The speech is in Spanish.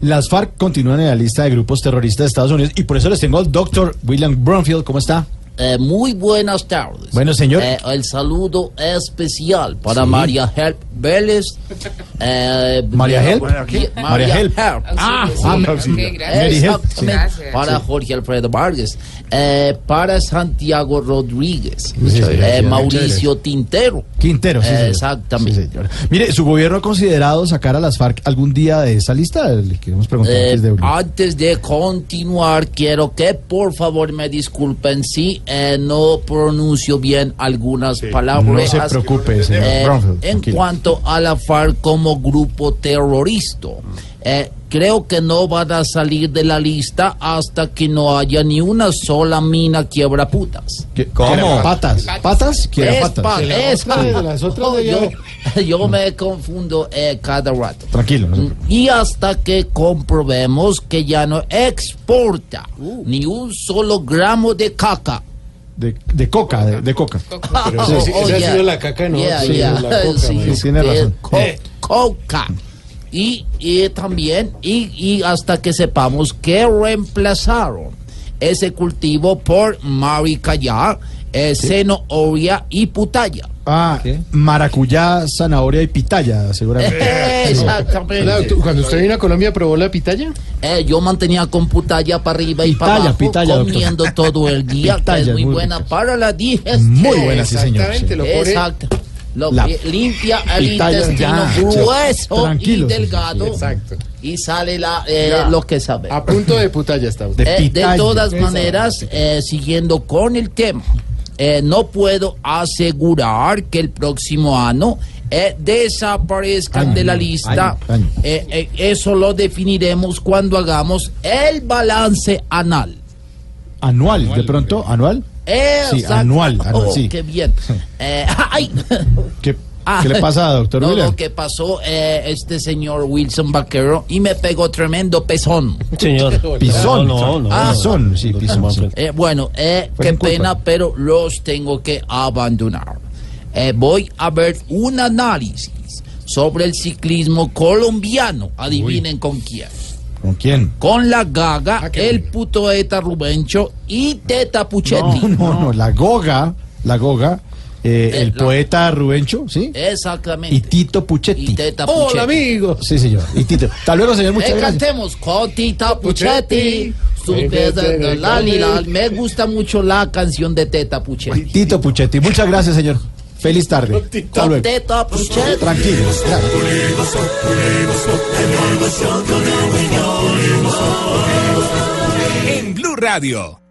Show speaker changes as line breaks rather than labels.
Las FARC continúan en la lista de grupos terroristas de Estados Unidos y por eso les tengo al doctor William Bromfield. ¿Cómo está?
Eh, muy buenas tardes.
Bueno, señor.
Eh, el saludo especial para María Help Vélez. eh,
María
de-
Help?
Ye-
María
María
Help.
Help.
Ah,
sí,
ah,
sí.
Mary-
Ok, gracias.
Mary Help, sí.
Exactamente. Para Jorge Alfredo Vargas. eh, para Santiago Rodríguez.
Muchas
eh,
gracias.
Mauricio Tintero.
Quintero, sí,
Eh,
señor.
exactamente.
Sí, señor. Mire, ¿su gobierno ha considerado sacar a las FARC algún día de esa lista? Le queremos preguntar
Eh,
antes de volver.
antes de continuar, quiero que por favor me disculpen si eh, no pronuncio bien algunas
No
palabras.
se preocupe, señor
Eh,
Bromfield.
en
tranquilo.
cuanto a la FARC como grupo terrorista, eh, creo que no van a salir de la lista hasta que no haya ni una sola mina quiebra putas.
¿Qué- quiebra Patas. ¿Patas? Quiebra
Es pa-
patas.
es pa-
No, yo-
yo, yo me confundo eh, cada rato.
Tranquilo. no se preocupe.
Y hasta que comprobemos que ya no exporta
Uh.
ni un solo gramo de caca.
De, de coca, de, de coca.
Oh,
sí,
oh,
esa ha
yeah.
sido la caca, ¿no?
Yeah,
Sí,
yeah.
la coca, Eh.
Sí,
marica.
Sí, tiene
de
razón.
co- coca. Y, y también, y, y hasta que sepamos que reemplazaron ese cultivo por maricayá, eh, zanahoria y putaya.
Ah, maracuyá, zanahoria y pitaya, seguramente. Sí.
Claro,
Exactamente.
tú- cuando usted vino a Colombia, ¿probó la pitaya?
Eh, yo mantenía con putalla para arriba y para
Pitaya,
abajo,
pitaya, doctor.
comiendo todo el día, que
Pitaya,
es muy
muy
buena
rica.
para la digestión.
Muy buena, sí, señor. sí.
Exactamente, lo pone-
Exacto. Lo
La-
que limpia el
Pitaya,
intestino
ya, sí.
grueso y
Tranquilo, sí, Ah, sí, sí,
delgado.
exacto.
Y sale la, eh,
Ya.
lo que sabe.
A punto de pitaya estamos.
De-
Eh,
pitaya.
de todas
Esa.
maneras, eh, siguiendo con el tema, eh, no puedo asegurar que el próximo año eh, desaparezcan
Año,
de la
año,
lista.
año.
Eh, eh, eso lo definiremos cuando hagamos el balance anal.
Anual, de pronto, anual. Sí,
Exacto.
anual, anual,
Oh,
sí.
Qué bien. Eh, ay.
¿Qué,
Ah.
qué le pasa, doctor
No,
Wheeler?
lo que pasó, eh, este señor Wilson Vaquero, y me pegó tremendo pezón.
Señor.
Pisón.
No, no, no.
Ah, Pisón, sí, pisón. sí.
Eh, bueno, eh,
Fue
qué
sin culpa.
pena, pero los tengo que abandonar. Eh, voy a ver un análisis sobre el ciclismo colombiano. Adivinen con quién.
¿Con quién?
Con la gaga,
qué
el puto Eta Rubencho y Teta Puchetti.
Ah, No, no, no, la Goga, la Goga, eh,
Eh,
el
la-
poeta Rubencho, ¿sí,
Exactamente.
y Tito Puchetti.
Y Teta Puchetti.
¡Hola, amigos!
Sí, señor, y Tito. Hasta luego, señor, muchas
Eh,
gracias.
cantemos con Tita Puchetti. Su
Puchetti.
pez-
Puchetti.
la- la- Me gusta mucho la canción de Teta Puchetti.
Tito Puchetti, muchas gracias, señor. Feliz tarde. Hasta
Con
luego.
Teta Puchetti.
Tranquilo, claro.
En Blue Radio.